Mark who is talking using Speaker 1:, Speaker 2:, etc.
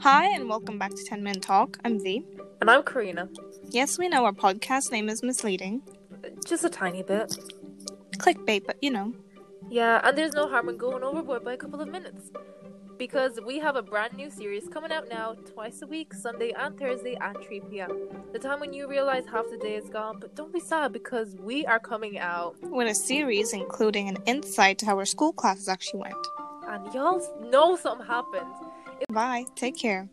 Speaker 1: Hi, and welcome back to 10 Minute Talk. I'm V.
Speaker 2: And I'm Karina.
Speaker 1: Yes, we know our podcast name is misleading.
Speaker 2: Just a tiny bit.
Speaker 1: Clickbait, but you know.
Speaker 2: Yeah, and there's no harm in going overboard by a couple of minutes. Because we have a brand new series coming out now, twice a week, Sunday and Thursday at 3 p.m. The time when you realize half the day is gone, but don't be sad because we are coming out.
Speaker 1: With a series including an insight to how our school classes actually went.
Speaker 2: And y'all know something happened.
Speaker 1: Bye, take care.